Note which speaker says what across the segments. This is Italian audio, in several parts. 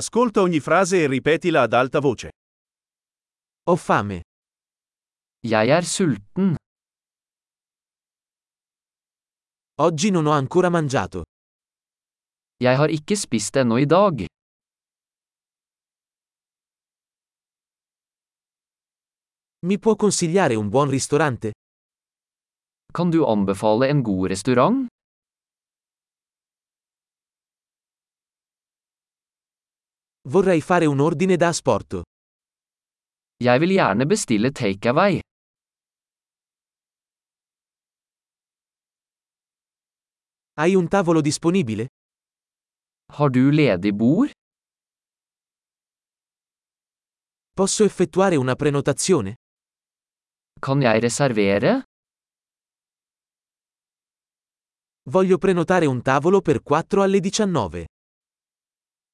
Speaker 1: Ascolta ogni frase e ripetila ad alta voce.
Speaker 2: Ho fame.
Speaker 3: Jeg er sulten.
Speaker 2: Oggi non ho ancora mangiato.
Speaker 3: Jeg har ikke spist ennå i dag.
Speaker 2: Mi può consigliare un buon ristorante?
Speaker 3: Kan du anbefale en god restaurant?
Speaker 2: Vorrei fare un ordine da asporto.
Speaker 3: Jeg vil gjerne bestille takeaway.
Speaker 2: Hai un tavolo disponibile?
Speaker 3: Har du ledig bord?
Speaker 2: Posso effettuare una prenotazione?
Speaker 3: Kan jeg reservere?
Speaker 2: Voglio prenotare un tavolo per 4 alle 19.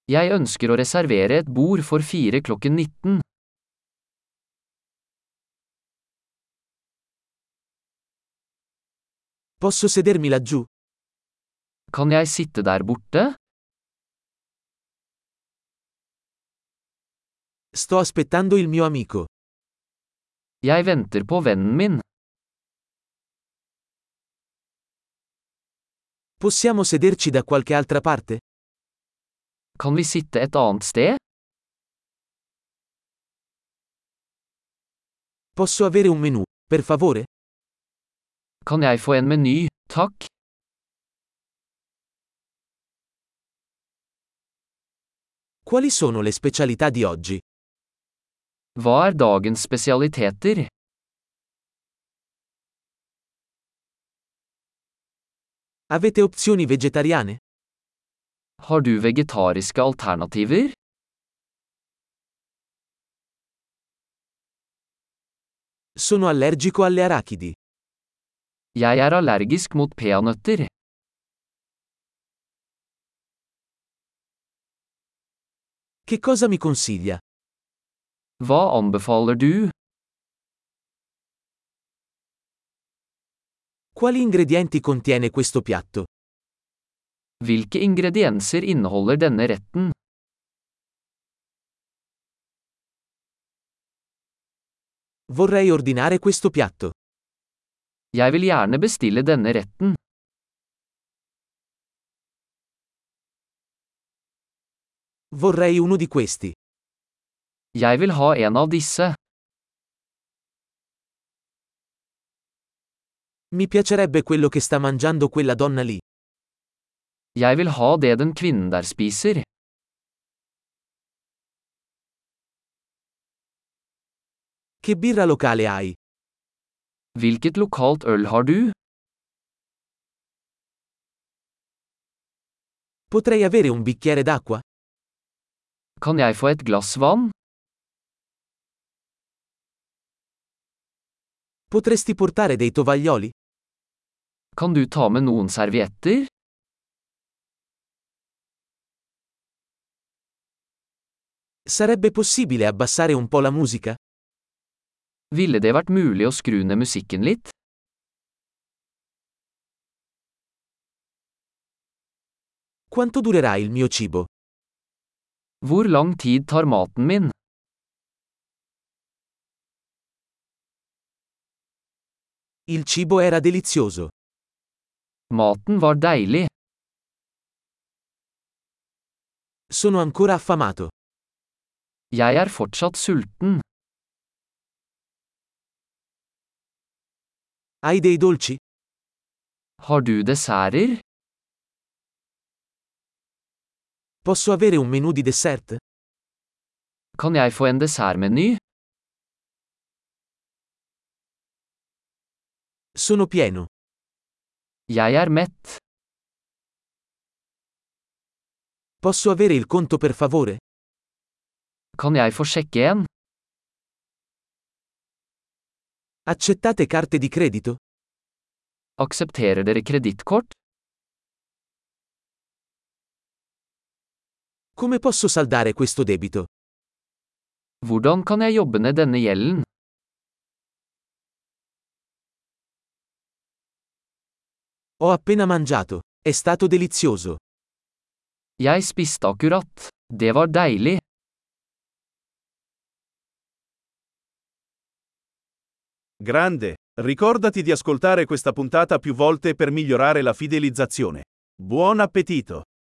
Speaker 3: Jeg ønsker å reservere et bord for fire klokken 19.
Speaker 2: Posso sedermi laggiù?
Speaker 3: Kan jeg sitte der borte?
Speaker 2: Sto aspettando il mio amico.
Speaker 3: Jeg venter på vennen min.
Speaker 2: Possiamo sederci da qualche altra parte?
Speaker 3: Kan vi sitte et annet sted?
Speaker 2: Posso avere un menù, per favore?
Speaker 3: Kan jeg få en meny, takk?
Speaker 2: Quali sono le specialità di oggi?
Speaker 3: Hva er dagens spesialiteter?
Speaker 2: Avete opzioni vegetariane?
Speaker 3: Har du vegetariske alternativer?
Speaker 2: Sono allergico alle arachidi.
Speaker 3: Jeg er allergisk mot peanøtter.
Speaker 2: Che cosa mi consiglia?
Speaker 3: Hva anbefaler du?
Speaker 2: Quali ingredienti contiene questo piatto?
Speaker 3: Hvilke ingredienser inneholder denne retten?
Speaker 2: Vorrei ordinare questo piatto.
Speaker 3: Jeg vil gjerne bestille denne retten.
Speaker 2: Vorrei uno di questi.
Speaker 3: Jeg vil ha en av disse.
Speaker 2: Mi piacerebbe quello che sta mangiando quella donna lì.
Speaker 3: Jeg vil ha det den kvinnen der spiser.
Speaker 2: Che birra locale hai?
Speaker 3: Hvilket lokalt øl har du?
Speaker 2: Potrei avere un bicchiere d'acqua?
Speaker 3: Kan jeg få et glass vann?
Speaker 2: Potresti portare dei tovaglioli?
Speaker 3: Kan du ta med noen servietter?
Speaker 2: Sarebbe possibile abbassare un po' la musica?
Speaker 3: Ville det vært mulig å skru ned musikken litt?
Speaker 2: Quanto durerà il mio cibo?
Speaker 3: Hvor lang tid tar maten min?
Speaker 2: Il cibo era delizioso.
Speaker 3: Maten var deilig.
Speaker 2: Sono ancora affamato.
Speaker 3: Jeg er fortsatt sulten.
Speaker 2: Hai dei dolci?
Speaker 3: Har du desserter?
Speaker 2: Posso avere un menù di dessert?
Speaker 3: Kan jeg få en dessertmeny?
Speaker 2: Sono pieno.
Speaker 3: Jeg er mett.
Speaker 2: Posso avere il conto per favore?
Speaker 3: Kan jeg få sjekke en?
Speaker 2: Accettate carte di credito?
Speaker 3: Aksepterer dere kredittkort?
Speaker 2: Come posso saldare questo debito?
Speaker 3: Hvordan kan jeg jobbe ned denne gjelden?
Speaker 2: Ho appena mangiato. È stato delizioso.
Speaker 3: Jeg spiste akkurat. Det var deilig.
Speaker 2: Grande. Ricordati di ascoltare questa puntata più volte per migliorare la fidelizzazione. Buon appetito!